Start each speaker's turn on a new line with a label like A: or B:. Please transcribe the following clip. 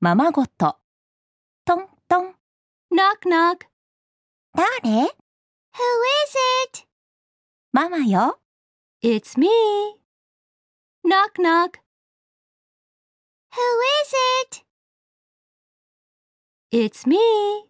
A: ままごと。トントン。
B: Knock knock.
A: 誰
B: Who is it?
A: ママよ。
B: It's me. Knock knock. Who is it? It's me.